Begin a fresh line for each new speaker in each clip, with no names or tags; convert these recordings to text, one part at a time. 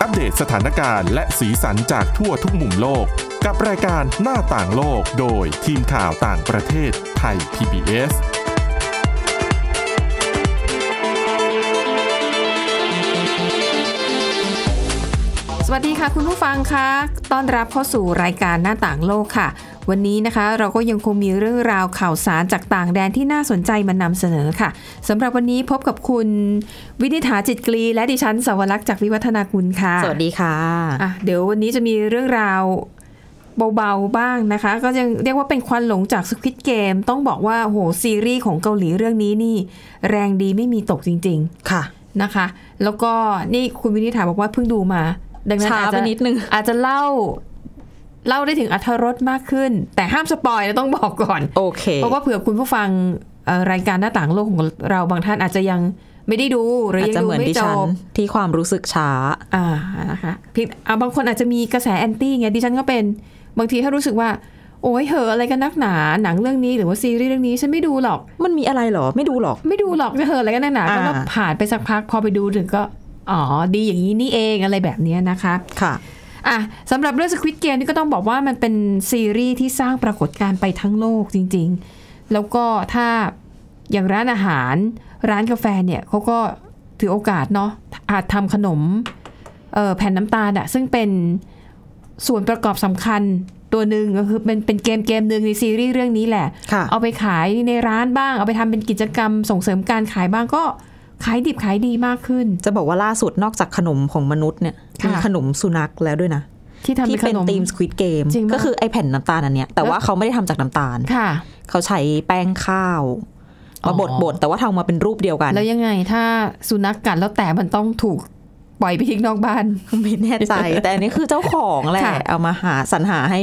อัปเดตสถานการณ์และสีสันจากทั่วทุกมุมโลก กับรายการหน้าต่างโลกโดยทีมข่าวต่างประเทศไทย PBS
สวัสดีค่ะคุณผู้ฟังคะ ต้อนรับเข้าสู่รายการหน้าต่างโลกค่ะ วันนี้นะคะเราก็ยังคงมีเรื่องราวข่าวสารจากต่างแดนที่น่าสนใจมานำเสนอค่ะสำหรับวันนี้พบกับคุณวินิษฐาจิตกรี และดิฉันสวรักษ์จากวิวัฒนาคุณค่ะ
สวัสดีค่ะ
อ่ะ เดี๋ยววันนี้จะมีเรื่องราวเบาๆบ้างนะคะ ก็ยังเรียกว่าเป็นควันหลงจากสควิตเกมต้องบอกว่าโหซีรีส์ของเกาหลีเรื่องนี้นี่ แรงดีไม่มีตกจริง ๆ
ค่ะ
นะคะแล้วก็นี่คุณวินิษฐาบอกว่าเพิ่งดูมา ดังนั้น
ช้า
อาจจะ
ไปนิดนึง
อาจจะเล่า เล่าได้ถึงอรรถรสมากขึ้น แต่ห้ามสปอยนะต้องบอกก่อน
โอเค
เพราะว่าเผื่อคุณผู้ฟังเอ่อรายการหน้าต่างโลกของเราบางท่านอาจจะยังไม่ได้ดูหรือ
อาจ
ยัง
จะ
ดู
เหมือน
ไม่
ดิ
จ
ฉัน
บ
ที่ความรู้สึกช้า
อ่านะคะผิดอ่าบางคนอาจจะมีกระแสแอนตี้ไงดิฉันก็เป็นบางทีถ้ารู้สึกว่า โอ้ยเหอะอะไรกันนักหนาหนังเรื่องนี้หรือว่าซีรีส์เรื่องนี้ฉันไม่ดูหรอก
มันมีอะไรเหรอ ไม่ดูหรอก
ไม่ดูหรอกจะเหอะอะไรกันนักหนา
อ่า
ก็ว่าผ่านไปสักพักพอไปดูถึงก็ อ๋อ ดีอย่างนี้นี่เองอะไรแบบเนี้ยนะคะ
ค่ะ
อ่ะสำหรับเรื่อง Squid Game นี่ก็ต้องบอกว่ามันเป็นซีรีส์ที่สร้างปรากฏการณ์ไปทั้งโลกจริงๆ แล้วก็ถ้าอย่างร้านอาหารร้านกาแฟเนี่ยเขาก็ถือโอกาสเนาะอาจทำขนมเอ่อแผ่นน้ำตาลอะซึ่งเป็นส่วนประกอบสำคัญตัวหนึ่งก็คือเป็นเป็นเกมเกมหนึ่งในซีรีส์เรื่องนี้แหละ
ค่ะ
เอาไปขายในร้านบ้าง เอาไปทำเป็นกิจกรรมส่งเสริมการขายบ้างก็ขายดิบขายดีมากขึ้น
จะบอกว่าล่าสุดนอกจากขนมของมนุษย์เนี่ย
ค่ะ
มีขนมสุนัขแล้วด้วยนะ
ที่ทำเป็
ที่
นข
เป็น
นม
ธีมสควิตเกม
จริงปะ
ก็คือไอแผ่นน้ำตาลอันเนี้ย แต่
แล้ว
ว่าเขาไม่ได้ทำจากน้ำตาล
ค่ะ
เขาใช้แป้งข้าว มาบด
อ๋อ
บดแต่ว่าทำมาเป็นรูปเดียวกัน
แล้วยังไงถ้าสุนัขกัดแล้วแต่มันต้องถูกปล่อยไปทิ้งนอกบ้าน
ไม่แน่ใจ แต่อันนี้คือเจ้าของแหละ
ค่ะ
เอามาหาสรรหาให้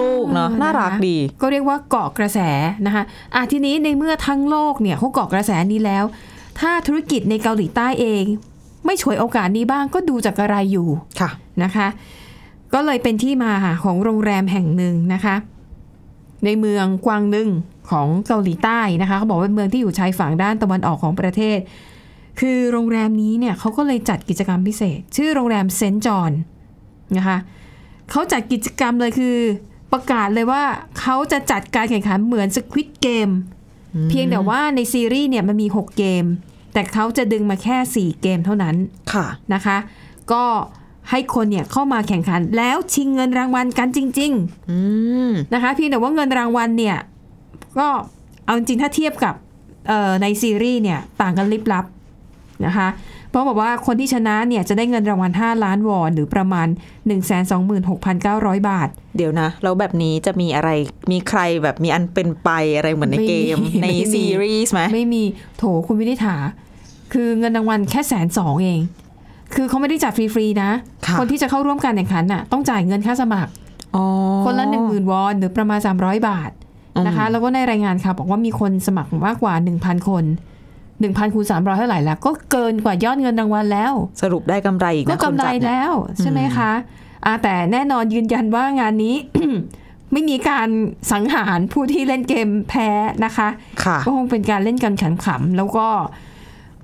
ลูกๆเนาะ
อ่า
น่ารัก
นะคะ
ดี
ก็เรียกว่าเกาะกระแสนะคะอ่ะทีนี้ในเมื่อทั้งโลกเนี่ยเขาเกาะกระแสนี้แล้ว ถ้าธุรกิจในเกาหลีใต้เอง ไม่ฉวยโอกาสนี้บ้างก็ดูจากอะไรอยู่
ค่ะ
นะคะ ก็เลยเป็นที่มาค่ะของโรงแรมแห่งหนึ่งนะคะ ในเมืองกวางนึงของเกาหลีใต้นะคะเขาบอกว่าเป็นเมืองที่อยู่ชายฝั่งด้านตะวันออกของประเทศ คือโรงแรมนี้เนี่ยเขาก็เลยจัดกิจกรรมพิเศษ ชื่อโรงแรมเซนต์จอห์นนะคะเขาจัดกิจกรรมเลยคือประกาศเลยว่าเขาจะจัดการแข่งขันเหมือนสควิ g เกมเพียงแต่ว่าในซีรีส์เนี่ยมันมี 6 เกม แต่เขาจะดึงมาแค่ 4 เกมเท่านั้น
ค่ะ
นะคะก็ให้คนเนี่ยเข้ามาแข่งขันแล้วชิงเงินรางวัลกันจริง
อืม
ๆนะคะเพียงแต่ว่าเงินรางวัลเนี่ยก็เอาจริงๆถ้าเทียบกับเอ่อในซีรีส์เนี่ยต่างกันลิบลับนะคะเพราะบอกว่าคนที่ชนะเนี่ยจะได้เงินรางวัล 5 ล้านวอน หรือประมาณ 126,900 บาท
เดี๋ยวนะ แล้วแบบนี้จะมีอะไรมีใครแบบมีอันเป็นไปอะไรเหมือนใน
ไม่มี
เกม ใน
ไม่มี
ซีรีส์ไหม
ไม่มีโถคุณวินิษฐา คือเงินรางวัลแค่แสนสองเอง คือเขาไม่ได้จัดฟรีๆนะ
ะ
คนที่จะเข้าร่วมการแข่งขันน่ะต้องจ่ายเงินค่าสมัคร
อ๋อ
คนละ1 0,000 วอนหรือประมาณ 300 บาทนะคะ
อืม
แล้วก็ในรายงานค่ะ บอกว่ามีคนสมัครมากกว่า 1,000 คน 1,000คูณ300 เท่าไหร่ละก็เกินกว่ายอดเงินรางวัลแล้ว
สรุปได้กำไรอีก
ก็
นะ
กำไร
คนจัดเนี่ย
แล้ว ใช่ไหมคะอ่าแต่แน่นอนยืนยันว่างานนี้ ไม่มีการสังหารผู้ที่เล่นเกมแพ้นะคะ
ค่ะ
ก็คงเป็นการเล่นกันขำๆแล้วก็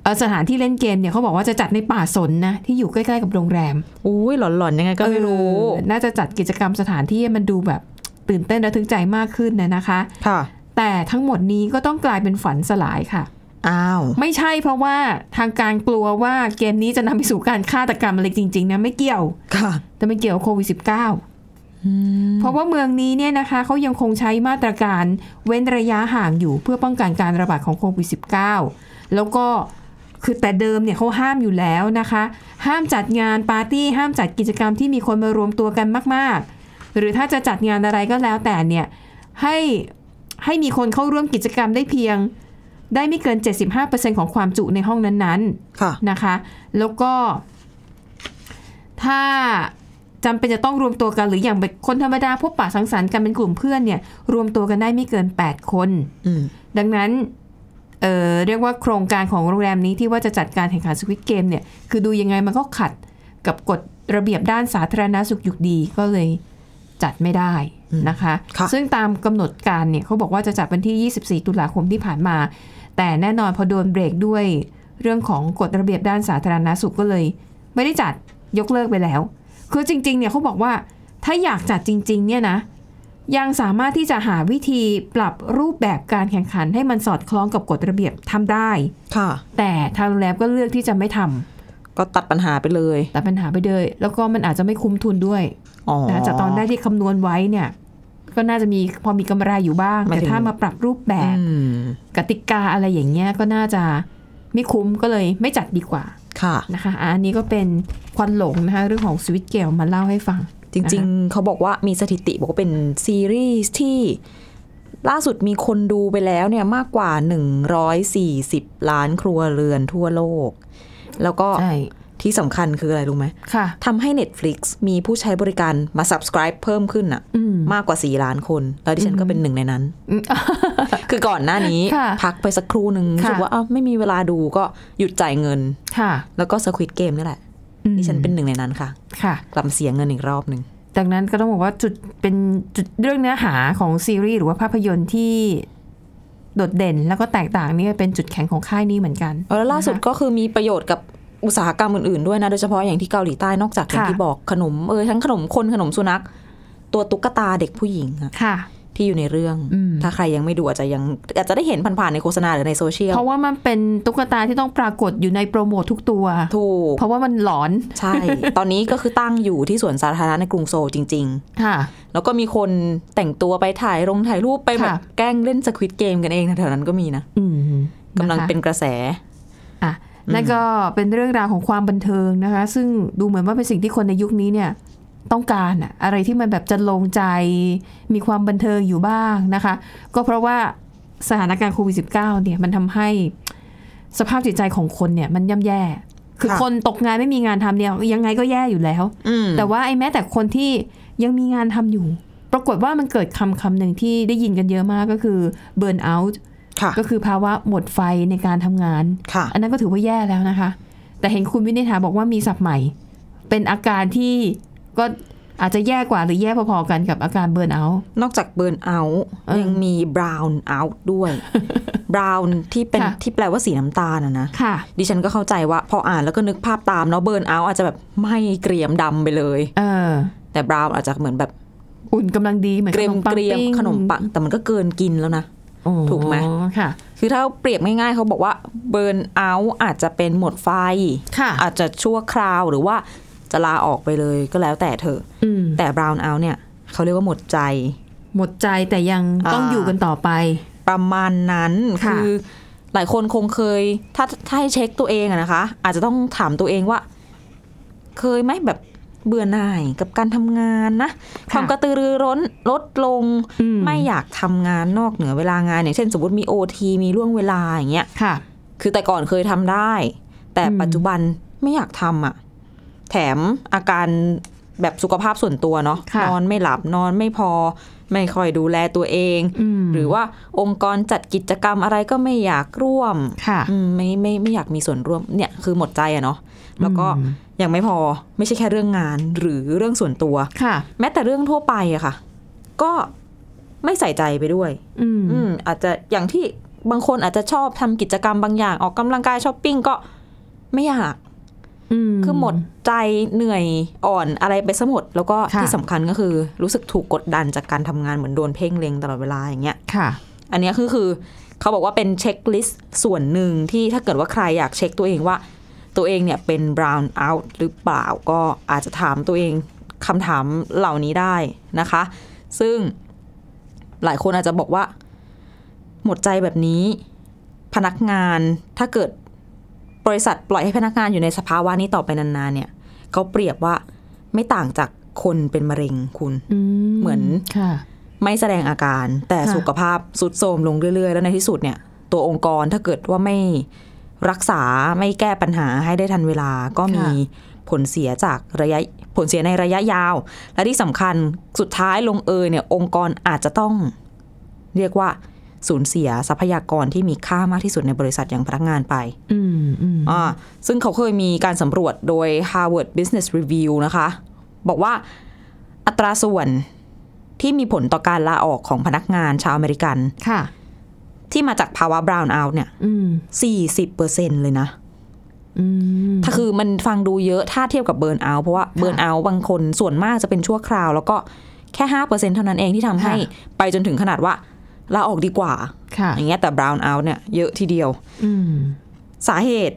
เอ่อสถานที่เล่นเกมเนี่ยเขาบอกว่าจะจัดในป่าสนนะที่อยู่ใกล้ๆกับโรงแรม
อุ้ยหลอนๆยังไงก็ไม่รู้
เออน่าจะจัดกิจกรรมสถานที่ให้มันดูแบบตื่นเต้นระทึกใจมากขึ้นนะนะคะ
ค่ะ
แต่ทั้งหมดนี้ก็ต้องกลายเป็นฝันสลายค่ะ
อ้าว
ไม่ใช่เพราะว่าทางการกลัวว่าเกมนี้จะนำไปสู่การฆาตกรรมอะไรจริงๆนะไม่เกี่ยว
ค่ะ
แต่มันเกี่ยวกับโควิด -19 เพราะว่าเมืองนี้เนี่ยนะคะเขายังคงใช้มาตรการเว้นระยะห่างอยู่เพื่อป้องกันการระบาดของโควิด -19 แล้วก็คือแต่เดิมเนี่ยเขาห้ามอยู่แล้วนะคะ ห้ามจัดงานปาร์ตี้ ห้ามจัดกิจกรรมที่มีคนมารวมตัวกันมาก ๆ หรือถ้าจะจัดงานอะไรก็แล้วแต่เนี่ยให้ให้มีคนเข้าร่วมกิจกรรมได้เพียง ได้ไม่เกิน 75%ของความจุในห้องนั้นๆ
ค่ะ
นะคะ แล้วก็ ถ้าจำเป็นจะต้องรวมตัวกันหรืออย่างแบบคนธรรมดาพบปะสังสรรค์กันเป็นกลุ่มเพื่อนเนี่ย รวมตัวกันได้ไม่เกิน 8 คน
อืม
ดังนั้น เอ่อ เรียกว่าโครงการของโรงแรมนี้ที่ว่าจะจัดการแข่งขันสวิตเกมเนี่ย คือดูยังไงมันก็ขัดกับกฎระเบียบด้านสาธารณสุขอยู่ดีก็เลยจัดไม่ได้นะคะ
ค่ะ
ซึ่งตามกำหนดการเนี่ยเขาบอกว่าจะจัดวันที่ 24 ตุลาคมที่ผ่านมา แต่แน่นอนพอโดนเบรกด้วยเรื่องของกฎระเบียบด้านสาธารณสุขก็เลย ไม่ได้จัด ยกเลิกไปแล้ว คือจริง ๆ เนี่ยเขาบอกว่าถ้าอยากจัดจริง ๆ เนี่ยนะ ยังสามารถที่จะหาวิธีปรับรูปแบบการแข่งขันให้มันสอดคล้องกับกฎระเบียบทำได้
ค่ะ
แต่ทางโรงแรมก็เลือกที่จะไม่ทำ
ก็ตัดปัญหาไปเลย
แต่ปัญหาไปเลย แล้วก็มันอาจจะไม่คุ้มทุนด้วย
อ๋อ
นะจากตอนแรกที่คำนวณไว้เนี่ย ก็น่าจะมีพอมีกำไรอยู่บ้าง
หมาย
แต่
ถึง
ถ้ามาปรับรูปแบบ
อืม
กติกาอะไรอย่างเงี้ยก็น่าจะไม่คุ้มก็เลยไม่จัดดีกว่า
ค่ะ
นะคะอ่ะอันนี้ก็เป็นควันหลงนะคะเรื่องของสวิตเกลมาเล่าให้ฟัง
จริง ๆ เขาบอกว่ามีสถิติบอกว่าเป็นซีรีส์ที่ล่าสุดมีคนดูไปแล้วเนี่ยมากกว่า 140 ล้านครัวเรือนทั่วโลก แล้วก็
ใช่
ที่สำคัญคืออะไรรู้ไหม
ค่ะ
ทำให้ Netflix มีผู้ใช้บริการมา subscribe เพิ่มขึ้นอะ
อืม
มากกว่า 4 ล้านคน แล้วดิฉันก็เป็นหนึ่งในนั้น คือก่อนหน้านี้
ค่ะ
พักไปสักครู่หนึ่งรู้สึก
ค่ะ
ว่าอ้าวไม่มีเวลาดูก็หยุดจ่ายเงิน
ค่ะ
แล้วก็ Squid Game นี่แหละ
อืม
ดิฉันเป็นหนึ่งในนั้นค่ะ
ค่ะ
กลับมาเสียเงินอีกรอบหนึ่ง
จากนั้นก็ต้องบอกว่าจุดเป็นจุดเรื่องเนื้อหาของซีรีส์หรือว่าภาพยนตร์ที่โดดเด่นแล้วก็แตกต่างนี่เป็นจุดแข็งของค่ายนี้เหมือนกัน
เออแล้วล่าสุดก็คือมีประโยชน์กับอุตสาหกรรมอื่นๆด้วยนะ โดยเฉพาะอย่างที่เกาหลีใต้นอกจากอย่าง
ค่ะ
ที่บอกขนมเออทั้งขนมคนขนมสุนัข ตัวตุ๊กตาเด็กผู้หญิงอะ
ค่ะ
ที่อยู่ในเรื่อง
อืม
ถ้าใครยังไม่ดูอาจจะยังอาจจะได้เห็นผ่านๆในโฆษณาหรือในโซเชียล
เพราะว่ามันเป็นตุ๊กตาที่ต้องปรากฏอยู่ในโปรโมททุกตัว
ถูก
เพราะว่ามันหลอน
ใช่ ตอนนี้ก็คือตั้งอยู่ที่สวนสาธารณะในกรุงโซลจริง
ค่ะ
ๆ แล้วก็มีคนแต่งตัวไปถ่ายลงถ่ายรูปไปแบบ
ค่ะ
แกล้งเล่นสควิตเกมกันเองแถวๆนั้นก็มีนะ
อืม
กำลัง
ะคะ
เป็นกระแส
อ่ะนั่นก็เป็นเรื่องราวของความบันเทิงนะคะ ซึ่งดูเหมือนว่าเป็นสิ่งที่คนในยุคนี้เนี่ยต้องการอะอะไรที่มันแบบจะลงใจมีความบันเทิงอยู่บ้างนะคะ ก็เพราะว่าสถานการณ์โควิด -19 เนี่ยมันทำให้สภาพจิตใจของคนเนี่ยมันย่ำแย่ คือ
ค่ะ
คนตกงานไม่มีงานทำเนี่ยยังไงก็แย่อยู่แล้ว
อืม
แต่ว่าไอ้แม้แต่คนที่ยังมีงานทำอยู่ ปรากฏว่ามันเกิดคำคำหนึ่งที่ได้ยินกันเยอะมากก็คือ burn out
ค่ะ
ก็คือภาวะหมดไฟในการทำงาน
ค่ะ
อันนั้นก็ถือว่าแย่แล้วนะคะ แต่เห็นคุณวินิษฐาบอกว่ามีศัพท์ใหม่ เป็นอาการที่ก็อาจจะแย่กว่าหรือแย่พอๆกันกับอาการเบิร์นเอาท์
นอกจากเบิร์นเอาท์
เออ
ยังมีบราวน์เอาท์ ด้วยบราวน์ที่เป็น
ค่ะ
ที่แปลว่าสีน้ำตาลอะนะ
ค่ะ
ดิฉันก็เข้าใจว่าพออ่านแล้วก็นึกภาพตามเนาะเบิร์นเอาท์อาจจะแบบไหม่เกรียมดำไปเลย
เออ
แต่บราวน์อาจจะเหมือนแบบ
อุ่นกำลังดีเหมือน
เกรียม
ขนมปัง
เกรียม
ปิ้ง
ขนมปังแต่มันก็เกินกินแล้วนะ
โอ้
ถูกไหม
ค่ะ
คือถ้าเปรียบง่ายๆเขาบอกว่าเบิร์นเอาท์อาจจะเป็นหมดไฟ
ค่ะ
อาจจะชั่วคราวหรือว่าจะลาออกไปเลยก็แล้วแต่เธอะ
อืม
แต่บราวน์เอาท์เนี่ยเขาเรียกว่าหมดใจ
หมดใจแต่ยังต้อง
อ่า
อยู่กันต่อไป
ประมาณนั้น
ค่ะ
คือหลายคนคงเคย ถ้าถ้าให้เช็คตัวเองอะนะคะ อาจจะต้องถามตัวเองว่า เคยไหมแบบเบื่อหน่ายกับการทำงานนะ ความกระตือรือร้นลดลง
อื
ไม่อยากทำงานนอกเหนือเวลางาน อย่างเช่น สมมติมีโอทีมีล่วงเวลาอย่างเงี้ย
ค่ะ
คือแต่ก่อนเคยทำได้ แต่
อืม
ปัจจุบันไม่อยากทำอะแถมอาการแบบสุขภาพส่วนตัวเนาะนอนไม่หลับนอนไม่พอ ไม่ค่อยดูแลตัวเอง
อืม
หรือว่าองค์กรจัดกิจกรรมอะไรก็ไม่อยากร่วม
ค่ะ
อืมไม่ไม่ไม่อยากมีส่วนร่วมเนี่ยคือหมดใจอะเนาะแล้วก็
อืม
ยังไม่พอไม่ใช่แค่เรื่องงานหรือเรื่องส่วนตัว
ค่ะ
แม้แต่เรื่องทั่วไปอะค่ะ ก็ไม่ใส่ใจไปด้วย
อืม
อืมอาจจะอย่างที่บางคนอาจจะชอบทำกิจกรรมบางอย่างออกกำลังกายช้อปปิ้งก็ไม่อยาก คือหมดใจเหนื่อยอ่อนอะไรไปซะหมด แล้วก็
ค่ะ
ที่สำคัญก็คือรู้สึกถูกกดดันจากการทำงานเหมือนโดนเพ่งเล็งตลอดเวลาอย่างเงี้ย
ค่ะ
อันเนี้ยคือคือเขาบอกว่าเป็นเช็คลิสต์ส่วนหนึ่งที่ถ้าเกิดว่าใครอยากเช็คตัวเองว่า ตัวเองเนี่ยเป็น brown out หรือเปล่าก็อาจจะถามตัวเองคำถามเหล่านี้ได้นะคะ ซึ่งหลายคนอาจจะบอกว่า หมดใจแบบนี้ พนักงานถ้าเกิดบริษัทปล่อยให้พนักงานอยู่ในสภาวะนี้ต่อไปนานๆเนี่ยเขาเปรียบว่าไม่ต่างจากคนเป็นมะเร็งคุณ
อืม
เหมือน
ค่ะ
ไม่แสดงอาการแต่
ค่ะ
สุขภาพสุดโทรมลงเรื่อยๆ แล้วในที่สุดเนี่ย ตัวองค์กรถ้าเกิดว่าไม่รักษาไม่แก้ปัญหาให้ได้ทันเวลาก็มีผลเสียจากระยะผลเสียในระยะยาว และที่สำคัญสุดท้ายลงเอยเนี่ยองค์กรอาจจะต้อง เรียกว่าสูญเสียทรัพยากรที่มีค่ามากที่สุดในบริษัทอย่างพนักงานไป
อืมอืม
อ่าซึ่งเขาเคยมีการสำรวจโดย Harvard Business Review นะคะ บอกว่าอัตราส่วนที่มีผลต่อการลาออกของพนักงานชาวอเมริกัน
ค่ะ
ที่มาจากภาวะ brown out เนี่ย
อืม
40%เลยนะ
อื อืม
ถ้าคือมันฟังดูเยอะถ้าเทียบกับเบิร์นเอาท์เพราะว่าเบิร์นเอาท์บางคนส่วนมากจะเป็นชั่วคราว แล้วก็แค่ห้าเปอร์เซ็นเท่านั้นเองที่ทำให้
ค่ะ
ไปจนถึงขนาดว่าลาออกดีกว่า
ค่ะ
อย่างเงี้ยแต่บราวน์เอาท์เนี่ยเยอะทีเดียว
อืม
สาเหตุ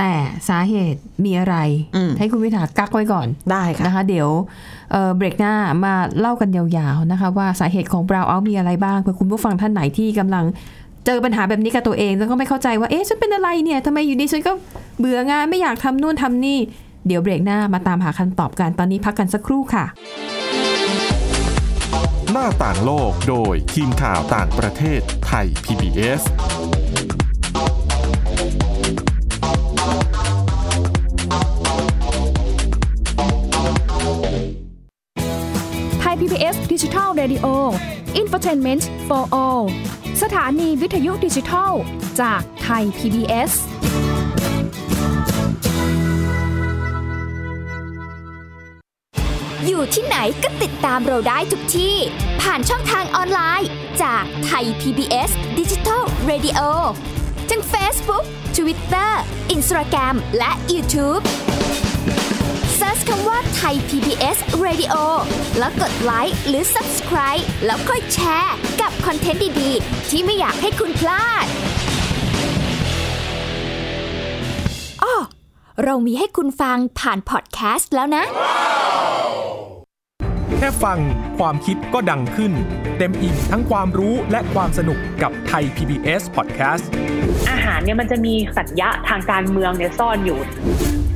แต่สาเหตุมีอะไร
อืม
ให้คุณวิถากักไว้ก่อน
ได้ค่ะ
นะคะเดี๋ยวเอ่อเบรกหน้ามาเล่ากันยาวๆนะคะ ว่าสาเหตุของ brown out มีอะไรบ้างเพื่อคุณผู้ฟังท่านไหนที่กำลังเจอปัญหาแบบนี้กับตัวเอง แล้วก็ไม่เข้าใจว่าเอ๊ะฉันเป็นอะไรเนี่ยทำไมอยู่ดีฉันก็เบื่องานไม่อยากทำนู่นทำนี่ เดี๋ยวเบรกหน้ามาตามหาคำตอบกันตอนนี้พักกันสักครู่ค่ะ
หน้าต่างโลกโดยทีมข่าวต่างประเทศไทย PBS
ไทย PBS Digital Radio Infotainment for All สถานีวิทยุดิจิทัลจากไทย PBS
อยู่ที่ไหนก็ติดตามเราได้ทุกที่ ผ่านช่องทางออนไลน์ จากไทย PBS Digital Radio ทั้ง Facebook Twitter Instagram และ YouTube Search คำว่าไทย PBS Radio แล้วกดไลค์หรือ Subscribe แล้วค่อยแชร์ กับคอนเทนต์ดี ๆ ที่ไม่อยากให้คุณพลาดอ้อเรามีให้คุณฟังผ่านพอดแคสต์แล้วนะ
แค่ฟังความคิดก็ดังขึ้น เต็มอิ่มทั้งความรู้และความสนุกกับไทย PBS Podcast
อาหารเนี่ยมันจะมีสัญญะทางการเมืองเนี่ยซ่อนอยู่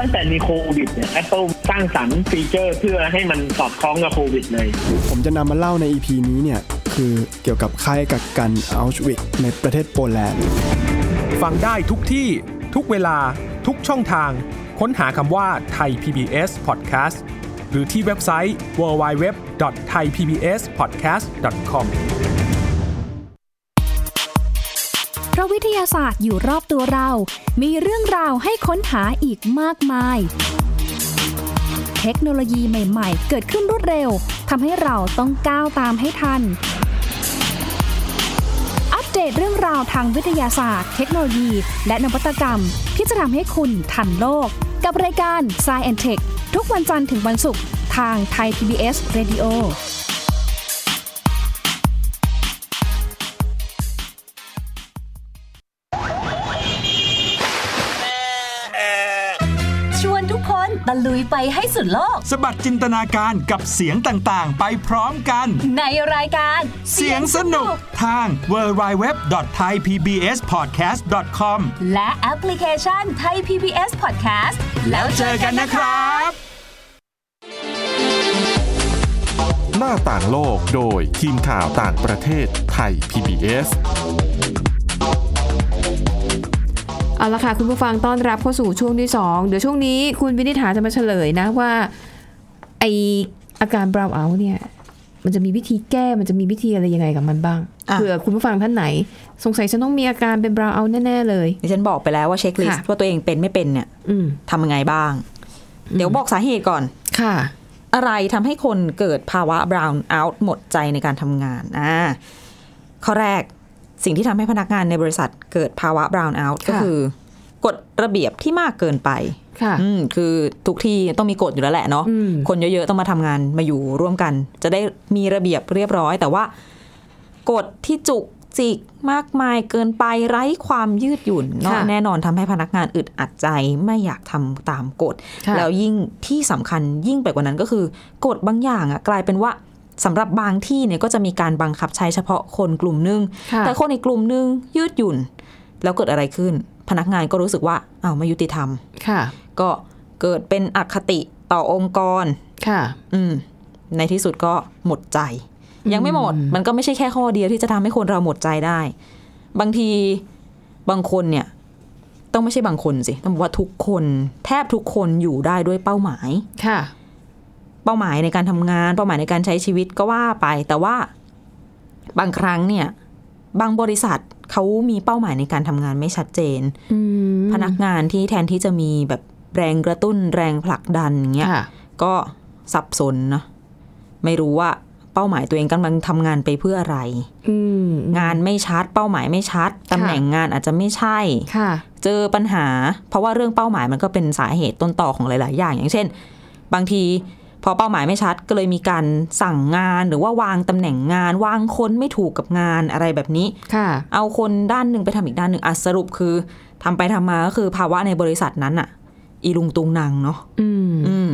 ตั้งแต่มีโควิดเนี่ย Apple สร้างสรรค์ฟีเจอร์เพื่อให้มันสอดคล้องกับโควิดเลย
ผมจะนำมาเล่าใน EP นี้เนี่ย คือเกี่ยวกับค่ายกักกันอัลชวิกในประเทศโปแลนด์
ฟังได้ทุกที่ทุกเวลาทุกช่องทาง ค้นหาคำว่าไทย PBS Podcast หรือที่เว็บไซต์ www.thaipbspodcast.com
เพราะวิทยาศาสตร์อยู่รอบตัวเรา มีเรื่องราวให้ค้นหาอีกมากมาย เทคโนโลยีใหม่ๆ เกิดขึ้นรวดเร็ว ทำให้เราต้องก้าวตามให้ทัน อัปเดตเรื่องราวทางวิทยาศาสตร์ เทคโนโลยี และนวัตกรรม ที่จะทำให้คุณทันโลก กับรายการ s c i e n t e c h ทุกวันจันทร์ถึงวันศุกร์ทางไทย PBS Radio
ชวนทุกคนตะลุยไปให้สุดโลก
สบัดจินตนาการกับเสียงต่างๆ ไปพร้อมกัน
ในรายการ
เสียงสนุกทาง www.thaipbspodcast.com
และแอปพลิเคชันไทย PBS Podcast แล้วเจ
เจ
อ
อ
กั
กัน น
นะ
นะค
ครั
รับ บ
หน้าต่างโลกโดยทีมข่าวต่างประเทศไทย PBS
เอาละค่ะ คุณผู้ฟังต้อนรับเข้าสู่ช่วงที่ 2 เดี๋ยวช่วงนี้คุณวินิษฐาจะมาเฉลยนะว่าไออาการ brown out เนี่ย มันจะมีวิธีแก้มันจะมีวิธีอะไรยังไงกับมันบ้าง
อ่ะ
เผื่อคุณผู้ฟังท่านไหน สงสัยฉันต้องมีอาการเป็น brown out แน่ ๆ เลย
ดิฉันบอกไปแล้วว่าเช็คลิส
ค่ะ
ต์ว่าตัวเองเป็นไม่เป็นเนี่ย
อืม
ทำยังไงบ้าง เดี๋ยวบอกสาเหตุก่อน
ค่ะ
อะไรทำให้คนเกิดภาวะ brown out หมดใจในการทำงานอ่าข้อแรกสิ่งที่ทำให้พนักงานในบริษัทเกิดภาวะ brown out ก็
ค่ะ
คือกฎระเบียบที่มากเกินไป
ค่ะ
อืมคือทุกที่ต้องมีกฎอยู่แล้วแหละเนาะ
อืม
คนเยอะๆต้องมาทำงานมาอยู่ร่วมกัน จะได้มีระเบียบเรียบร้อย แต่ว่า กฎที่จุกจิกมากมายเกินไปไร้ความยืดหยุ่นเนอะ
ค่ะ
แน่นอนทำให้พนักงานอึดอัดใจไม่อยากทำตามกฎ
ค่ะ
แล้วยิ่งที่สำคัญยิ่งไปกว่านั้นก็คือกฎบางอย่างอะกลายเป็นว่าสำหรับบางที่เนี่ยก็จะมีการบังคับใช้เฉพาะคนกลุ่มหนึง
ค่ะ
แต่คนอีกกลุ่มหนึงยืดหยุ่น แล้วเกิดอะไรขึ้น พนักงานก็รู้สึกว่าอ้าวไม่ยุติธรรม
ค่ะ
ก็เกิดเป็นอคติต่อองค์กร
ค่ะ
อืม ในที่สุดก็หมดใจ ยังไม่หมด มันก็ไม่ใช่แค่ข้อเดียวที่จะทำให้คนเราหมดใจได้ บางทีบางคนเนี่ย ต้องไม่ใช่บางคนสิ ต้องบอกว่าทุกคน แทบทุกคนอยู่ได้ด้วยเป้าหมาย
ค่ะ
เป้าหมายในการทำงาน เป้าหมายในการใช้ชีวิตก็ว่าไป แต่ว่าบางครั้งเนี่ย บางบริษัทเขามีเป้าหมายในการทำงานไม่ชัดเจน
อืม
พนักงานที่แทนที่จะมีแบบแรงกระตุ้นแรงผลักดันอย่างเงี้ย
ค่ะ
ก็สับสนนะไม่รู้ว่าเป้าหมายตัวเองกำลังทำงานไปเพื่ออะไร
อืม
งานไม่ชัด เป้าหมายไม่ชัดตำแหน่งงานอาจจะไม่ใช่
ค่ะ
เจอปัญหา เพราะว่าเรื่องเป้าหมายมันก็เป็นสาเหตุต้นต่อของหลาย ๆ อย่าง อย่างเช่น บางทีพอเป้าหมายไม่ชัดก็เลยมีการสั่งงานหรือว่าวางตำแหน่งงาน วางคนไม่ถูกกับงานอะไรแบบนี้
ค่ะ
เอาคนด้านหนึ่งไปทำอีกด้านหนึ่งอ่ะสรุปคือทำไปทำมาก็คือภาวะในบริษัทนั้นอะอีลุงตุงนางเนาะ
อืม
อืม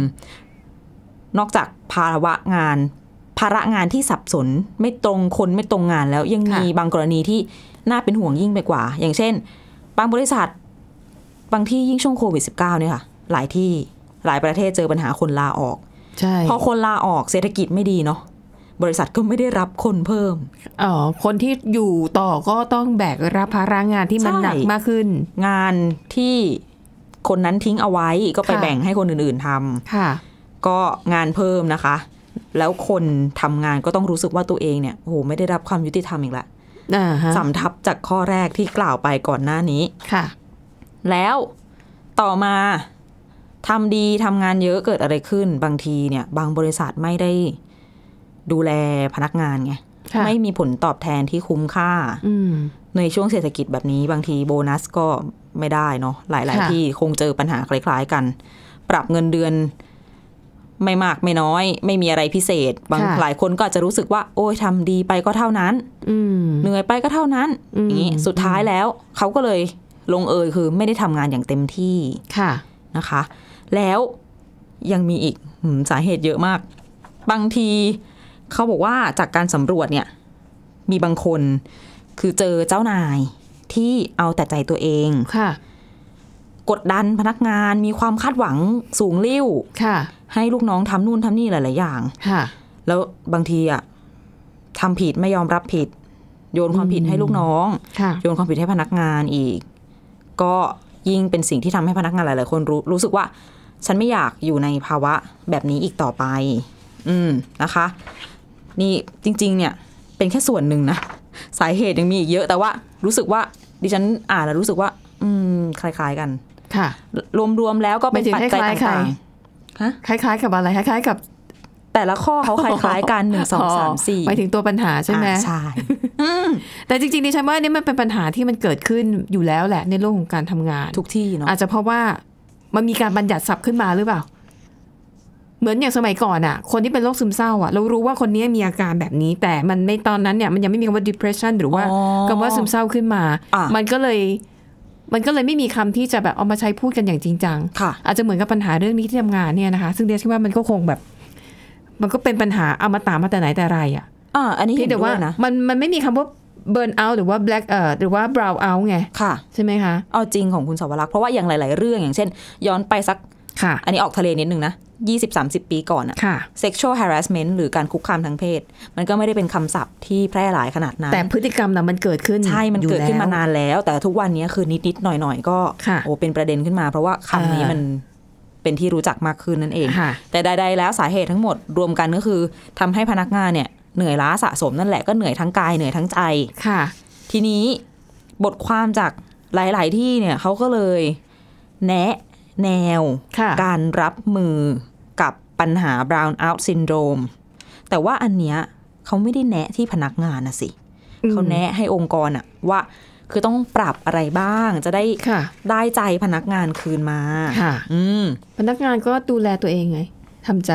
นอกจากภาระงาน ภาระงานที่สับสนไม่ตรงคนไม่ตรงงานแล้วยังมี
ค่ะ
บางกรณีที่น่าเป็นห่วงยิ่งไปกว่า อย่างเช่น บางบริษัท บางที่ยิ่งช่วงโควิด -19 เนี่ยค่ะ หลายที่หลายประเทศเจอปัญหาคนลาออก
ใช่
พอคนลาออกเศรษฐกิจไม่ดีเนาะบริษัทก็ไม่ได้รับคนเพิ่ม
อ๋อคนที่อยู่ต่อก็ต้องแบกรับภาระงานที่มัน
ใช่
หนักมากขึ้น
งานที่คนนั้นทิ้งเอาไว้ก็ไป
ค่ะ
แบ่งให้คนอื่นๆทำ
ค่ะ
ก็งานเพิ่มนะคะ แล้วคนทำงานก็ต้องรู้สึกว่าตัวเองเนี่ยโอ้โหไม่ได้รับความยุติธรรมอีกละ
อ่าฮะ
สำทับจากข้อแรกที่กล่าวไปก่อนหน้านี้
ค่ะ
แล้วต่อมาทำดีทำงานเยอะเกิดอะไรขึ้น บางทีเนี่ย บางบริษัทไม่ได้ดูแลพนักงานไง
ค่ะ
ไม่มีผลตอบแทนที่คุ้มค่า
อืม
ในช่วงเศรษฐกิจแบบนี้บางทีโบนัสก็ไม่ได้เนาะหลาย
ค่ะ
ๆ ที่คงเจอปัญหาคล้าย ๆ กัน ปรับเงินเดือนไม่มากไม่น้อย ไม่มีอะไรพิเศษ บางหลายคนก็อาจจะรู้สึกว่า โอ้ยทำดีไปก็เท่านั้น
อืม
เหนื่อยไปก็เท่านั้น
อืม
อย่างนี้สุดท้ายแล้วเขาก็เลยลงเอยคือไม่ได้ทำงานอย่างเต็มที่
ค่ะ
นะคะ แล้วยังมีอีกอืมสาเหตุเยอะมาก บางทีเขาบอกว่าจากการสำรวจเนี่ย มีบางคนคือเจอเจ้านายที่เอาแต่ใจตัวเอง
ค่ะ
กดดันพนักงานมีความคาดหวังสูงลิ่ว
ค่ะ
ให้ลูกน้องทำนู่นทำนี่หลาย ๆ อย่าง
ค่ะ
แล้วบางทีอะทำผิดไม่ยอมรับผิด โยนความผิดให้ลูกน้อง
ค่ะ
โยนความผิดให้พนักงานอีก ก็ยิ่งเป็นสิ่งที่ทำให้พนักงานหลาย ๆ คนรู้รู้สึกว่า ฉันไม่อยากอยู่ในภาวะแบบนี้อีกต่อไป อืมนะคะ นี่จริง ๆ เนี่ยเป็นแค่ส่วนหนึ่งนะ สาเหตุยังมีอีกเยอะแต่ว่ารู้สึกว่าดิฉันอ่านแล้วรู้สึกว่า อืม คล้าย ๆ กัน
ค่ะ
รวม ๆ แล้วก็เป็น
ห
ปั
มาย
จ
ถึง
จั
ค
ย
ล้ายๆใคร
ต่างๆฮะ
คล้าย ๆ กับอะไรคล้ายๆกับ
แต่ละข้อเขาคล้าย ๆ กันหนึ่งสองสามสี่
หมายถึงตัวปัญหาใช่ไหม
อ่าใช่
แต่จริงๆดิฉันว่าเนี่ยมันเป็นปัญหาที่มันเกิดขึ้นอยู่แล้วแหละในโลกของการทำงาน
ทุกที่เนาะ
อาจจะเพราะว่ามันมีการบัญญัติศัพท์ขึ้นมาหรือเปล่า เหมือนอย่างสมัยก่อนอะคนที่เป็นโรคซึมเศร้าอะเรารู้ว่าคนนี้มีอาการแบบนี้ แต่มันไม่ตอนนั้นเนี่ยมันยังไม่มีคำว่า depression หรือว่า
อ๋อ
คำว่าซึมเศร้าขึ้นมา
อ่ะ
มันก็เลย มันก็เลยไม่มีคำที่จะแบบเอามาใช้พูดกันอย่างจริงจัง
ค่ะ
อาจจะเหมือนกับปัญหาเรื่องนี้ที่ทำงานเนี่ยนะคะ ซึ่งเดียคิดว่ามันก็คงแบบ มันก็เป็นปัญหาเอามาตามาแต่ไหนแต่ไรอะ
อ่าอันนี้
เพี
เห็
ยง
น
แต่
ด้ว
ว่าย
นะ
มันมันไม่มีคำว่า burn out หรือว่า black เอ่อหรือว่า brown out ไง
ค่ะ
ใช่ไหมคะ
เอาจริงของคุณสาวรักษ์เพราะว่าอย่างหลาย ๆ เรื่องอย่างเช่น ย้อนไปสัก
ค่ะ
อันนี้ออกทะเลนิดนึงนะ 20-30 ปีก่อนอะ
ค่ะ
sexual harassment หรือการคุกคามทางเพศ มันก็ไม่ได้เป็นคำศัพท์ที่แพร่หลายขนาดนั้น
แต่พฤติกรรมน่ะมันเกิดขึ้น
ใช่ มัน
อยู่
เกิดขึ้น
แล้ว
มานานแล้ว แต่ทุกวันนี้คือนิด ๆ หน่อย ๆ ก็
ค่ะ
โอ้เป็นประเด็นขึ้นมา เพราะว่าคำนี้
อ่ามั
มันเป็นที่รู้จักมากขึ้นนั่นเอง
ค่ะ
แต่ใด ๆ แล้วสาเหตุทั้งหมดรวมกันก็คือทำให้พนักงานเนี่ยเหนื่อยล้าสะสมนั่นแหละก็เหนื่อยทั้งกายเหนื่อยทั้งใจ
ค่ะ
ทีนี้บทความจากหลาย ๆ ที่เนี่ยเขาก็เลยแนะแนว
ค่ะ
การรับมือกับปัญหา brown out syndrome แต่ว่าอันเนี้ยเขาไม่ได้แนะที่พนักงานนะสิ
อืม
เขาแนะให้องค์กรอะว่า คือต้องปรับอะไรบ้าง จะได้
ค่ะ
ได้ใจพนักงานคืนมา
ค่ะ
อืม
พนักงานก็ดูแลตัวเองไงทำใจ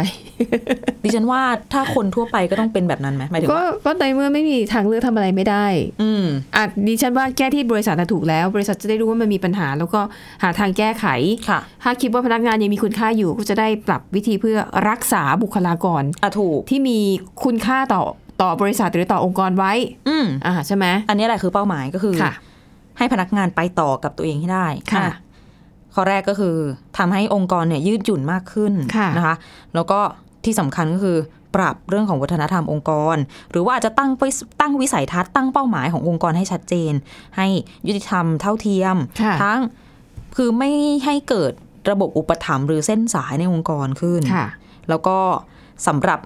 ดิฉันว่าถ้าคนทั่วไปก็ต้องเป็นแบบนั้นไหมหมายถึง
ก็
ว่า
ก็ในเมื่อไม่มีทางเลือกทำอะไรไม่ได้
อืม
อ่ะดิฉันว่าแก้ที่บริษัทน่ะถูกแล้ว บริษัทจะได้รู้ว่ามันมีปัญหา แล้วก็หาทางแก้ไข
ค่ะ
ถ้าคิดว่าพนักงานยังมีคุณค่าอยู่ ก็จะได้ปรับวิธีเพื่อรักษาบุคลากร
อ่ะถูก
ที่มีคุณค่าต่อต่อบริษัทหรือต่อองค์กรไว้
อืม
อ่าใช่ไหม
อันนี้แหละคือเป้าหมายก็คือ
ค่ะ
ให้พนักงานไปต่อกับตัวเองให้ได้
ค่ะ
อ่ข้อแรกก็คือทำให้องค์กรเนี่ยยืดหยุ่นมากขึ้น
ค่ะ
นะคะ แล้วก็ที่สำคัญก็คือปรับเรื่องของวัฒนธรรมองค์กร หรือว่าอาจจะตั้งไปตั้งวิสัยทัศน์ตั้งเป้าหมายขององค์กรให้ชัดเจน ให้ยุติธรรมเท่าเทียม
ค่ะ
ทั้ง คือไม่ให้เกิดระบบอุปถัมภ์หรือเส้นสายในองค์กรขึ้น แล้วก็สำหรับ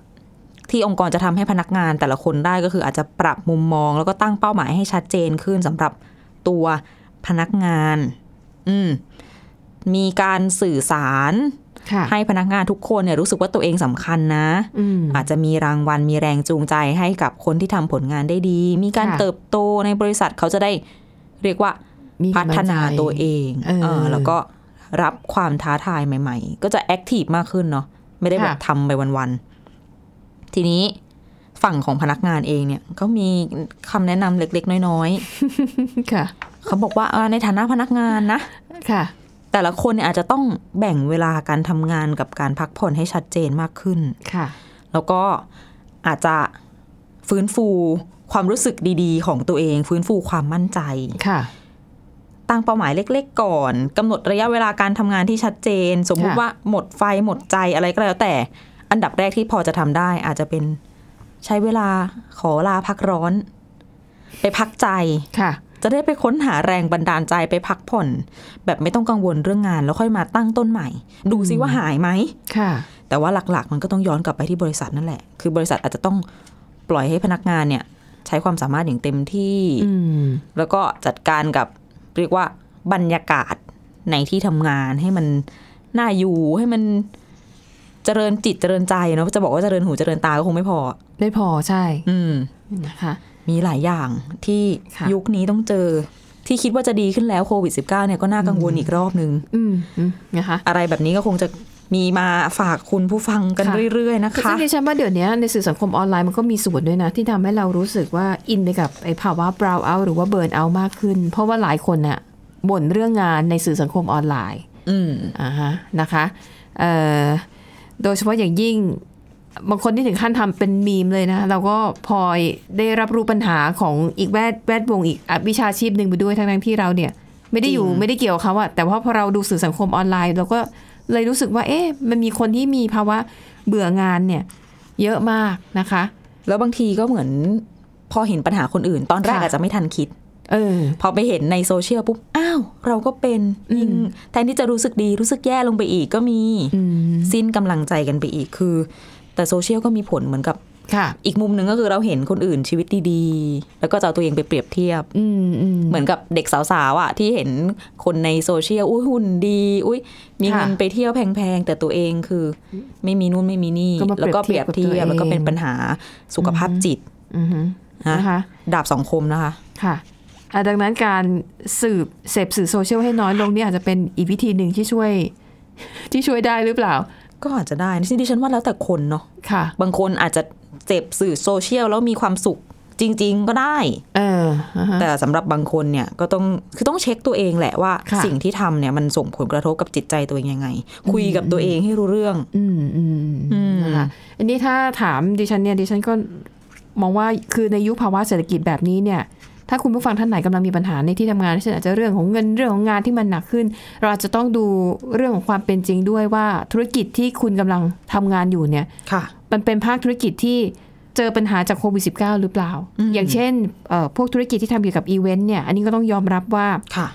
ที่องค์กรจะทำให้พนักงานแต่ละคนได้ก็คืออาจจะปรับมุมมอง แล้วก็ตั้งเป้าหมายให้ชัดเจนขึ้นสำหรับตัวพนักงาน อืม มีการสื่อสาร
ค่ะ
ให้พนักงานทุกคนเนี่ยรู้สึกว่าตัวเองสำคัญนะ
อืม
อาจจะมีรางวัลมีแรงจูงใจให้กับคนที่ทำผลงานได้ดี มีการ
ค่ะ
เติบโตในบริษัทเขาจะได้เรียกว่า
มีกำลั
พั
งใจ
ฒนาตัวเอง
เออ
เออแล้วก็รับความท้าทายใหม่ ๆ ก็จะแอคทีฟมากขึ้นเนาะไม่ได้แบบ
ค่ะ
ทำไปวันๆ ทีนี้ฝั่งของพนักงานเองเนี่ยก็มีคำแนะนำเล็กๆ น้อย
ค่ะ
ๆ เขาบอกว่าเออในฐานะพนักงานนะ
ค่ะ
แต่ละคนเนี่ยอาจจะต้องแบ่งเวลาการทำงานกับการพักผ่อนให้ชัดเจนมากขึ้น
ค่ะ
แล้วก็อาจจะฟื้นฟูความรู้สึกดีๆ ของตัวเอง ฟื้นฟูความมั่นใจ
ค่ะ
ตั้งเป้าหมายเล็ก ๆ ก่อนกำหนดระยะเวลาการทำงานที่ชัดเจน สมมุติ
ค่ะ
ว่าหมดไฟหมดใจอะไรก็แล้วแต่ อันดับแรกที่พอจะทำได้ อาจจะเป็นใช้เวลาขอลาพักร้อน ไปพักใจ
ค่ะ
จะได้ไปค้นหาแรงบันดาลใจไปพักผ่อน แบบไม่ต้องกังวลเรื่องงาน แล้วค่อยมาตั้งต้นใหม่ ดูซิว่าหายไหม
ค่ะ
แต่ว่าหลักๆ มันก็ต้องย้อนกลับไปที่บริษัทนั่นแหละ คือบริษัทอาจจะต้องปล่อยให้พนักงานเนี่ย ใช้ความสามารถอย่างเต็มที่
อืม
แล้วก็จัดการกับเรียกว่าบรรยากาศในที่ทำงานให้มันน่าอยู่ให้มันเจริญจิตเจริญใจเนาะจะบอกว่าเจริญหูเจริญตาก็คงไม่พอ
ไม่พอใช่
อืม
นะคะ
มีหลายอย่างที่
ค่ะ
ยุคนี้ต้องเจอ ที่คิดว่าจะดีขึ้นแล้วโควิด -19 เนี่ยก็น่ากังวลอีกรอบนึง
อืมอืมนะคะ
อะไรแบบนี้ก็คงจะมีมาฝากคุณผู้ฟังกัน
ค่ะ
เรื่อยๆนะ
แต่
คะ
ซึ่งดิฉันว่าเดี๋ยวนี้ในสื่อสังคมออนไลน์มันก็มีส่วนด้วยนะ ที่ทำให้เรารู้สึกว่าอินไปกับไอ้ภาวะ brown out หรือว่า burn out มากขึ้น เพราะว่าหลายคนน่ะบ่นเรื่องงานในสื่อสังคมออนไลน์
อืม
อ่าฮะนะคะเอ่อโดยเฉพาะอย่างยิ่งบางคนที่ถึงขั้นทำเป็นมีมเลยนะ เราก็พลอยได้รับรู้ปัญหาของอีกแวดแวดวงอีกอ่ะวิชาชีพหนึ่งไปด้วยทั้งๆที่เราเนี่ย ไม่ได้อยู่ไม่ได้เกี่ยวกับเขาอะแต่ว่าพอเราดูสื่อสังคมออนไลน์ เราก็เลยรู้สึกว่า เอ๊ะมันมีคนที่มีภาวะเบื่องานเนี่ย เยอะมากนะคะ
แล้วบางทีก็เหมือนพอเห็นปัญหาคนอื่น ตอนแรก
ค่ะ
อาจจะไม่ทันคิด
เออ
พอไปเห็นในโซเชียลปุ๊บ อ้าว เราก็เป็นยิ่งแทนที่จะรู้สึกดีรู้สึกแย่ลงไปอีกก็มี สิ้นกำลังใจกันไปอีกคือ แต่โซเชียลก็มีผลเหมือนกับ
ค่ะ
อีกมุมหนึ่งก็คือเราเห็นคนอื่นชีวิตดีๆ แล้วก็จะเอาตัวเองไปเปรียบเทียบ
อืมอืม
เหมือนกับเด็กสาวๆอ่ะที่เห็นคนในโซเชียลอุ้ยหุ่นดีอุ้ยมี
ค่ะ
เงินไปเที่ยวแพงๆ แต่ตัวเองคือ ไม่มีนู่นไม่มีนี่
ก็มา
แล้วก็เป
เปรี
รีย
ย
บบ เที
เที
ย
ย
บ
กับตัวเอง
บแล้วก็เป็นปัญหาสุขภาพจิต
อือฮึ
นะ
นะคะ
ดาบสองคมนะคะ
ค่ะอ่ะ ดังนั้นการสืบเสพสื่อโซเชียลให้น้อยลงเนี่ยอาจจะเป็นอีกวิธีหนึ่งที่ช่วย ที่ช่วยได้หรือเปล่า
ก็อาจจะได้ที่ดิฉันว่าแล้วแต่คนเนาะ
ค่ะ
บางคนอาจจะเจ็บสื่อโซเชียลแล้วมีความสุขจริง ๆ ก็ได้
เอออ่าฮะ
แต่สำหรับบางคนเนี่ยก็ต้องคือต้องเช็คตัวเองแหละว่า
ค่ะ
สิ่งที่ทำเนี่ยมันส่งผลกระทบกับจิตใจตัวเองยังไง คุยกับตัวเองให้รู้เรื่อง
อืมอืม
อืม
นะคะอันนี้ถ้าถามดิฉันเนี่ยดิฉันก็มองว่าคือในยุคภาวะเศรษฐกิจแบบนี้เนี่ย ถ้าคุณผู้ฟังท่านไหนกำลังมีปัญหาในที่ทำงานเช่นอาจจะเรื่องของเงินเรื่องของงานที่มันหนักขึ้น เราอาจจะต้องดูเรื่องของความเป็นจริงด้วยว่าธุรกิจที่คุณกำลังทำงานอยู่เนี่ย
ค่ะ
มันเป็นภาคธุรกิจที่เจอปัญหาจากโควิด -19 หรือเปล่า
อืม
อย่างเช่นเอ่อพวกธุรกิจที่ทำเกี่ยวกับอีเวนต์เนี่ย อันนี้ก็ต้องยอมรับว่า
ค่ะ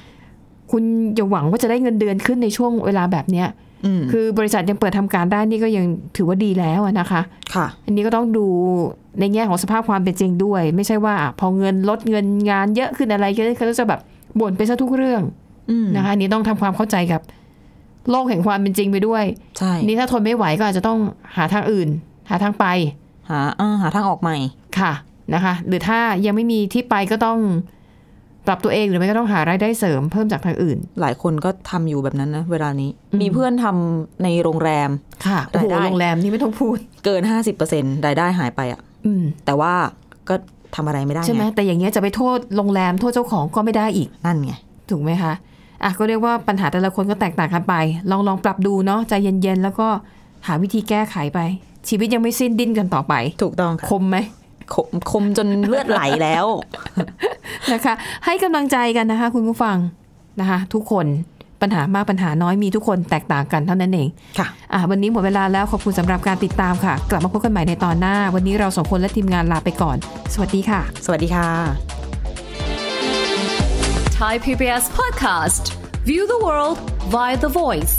คุณอย่าหวังว่าจะได้เงินเดือนขึ้นในช่วงเวลาแบบเนี้ย
อืม
คือบริษัทยังเปิดทำการได้นี่ก็ยังถือว่าดีแล้วอะนะคะ
ค่ะ
อันนี้ก็ต้องดูในแง่ของสภาพความเป็นจริงด้วย ไม่ใช่ว่าอ่ะพอเงินลดเงินงานเยอะขึ้นอะไรก็ก็จะแบบบ่นไปซะทุกเรื่อง
อืม
นะคะอันนี้ต้องทำความเข้าใจกับ โลกแห่งความเป็นจริงไปด้วย
ใช่
นี่ถ้าทนไม่ไหวก็อาจจะต้องหาทางอื่น หาทางไป
หาเออหาทางออกใหม่
ค่ะนะคะ หรือถ้ายังไม่มีที่ไปก็ต้องปรับตัวเองหรือไม่ก็ต้องหารายได้เสริมเพิ่มจากทางอื่น
หลายคนก็ทำอยู่แบบนั้นนะเวลานี้ มีเพื่อนทำในโรงแรม
ค่ะโอ้โห
รายได้
โรงแรมนี่ไม่ต้องพูด
เกิน 50%รายได้หายไปอะ
อืม
แต่ว่าก็ทำอะไรไม่ได้
ใช่ไหม
ง
แต่อย่างเงี้ยจะไปโทษโรงแรมโทษเจ้าของก็ไม่ได้อีก
นั่นไง
ถูกไหมคะอ่ะก็เรียกว่าปัญหาแต่ละคนก็แตกต่างกันไป ลองลองปรับดูเนาะใจเย็นๆ แล้วก็หาวิธีแก้ไขไป ชีวิตยังไม่สิ้นดิ้นกันต่อไป
ถูกต้อง
คมไหม
คมคมจนเลือดไหลแล้ว
นะคะให้กำลังใจกันนะคะ คุณผู้ฟังนะคะ ทุกคนปัญหามากปัญหาน้อยมีทุกคนแตกต่างกันเท่านั้นเอง
ค่ะ
อ่ะวันนี้หมดเวลาแล้วขอบคุณสำหรับการติดตามค่ะ กลับมาพบกันใหม่ในตอนหน้า วันนี้เราสองคนและทีมงานลาไปก่อน สวัสดีค่ะ
สวัสดีค่ะ
Thai PBS podcast.
View the world via the voice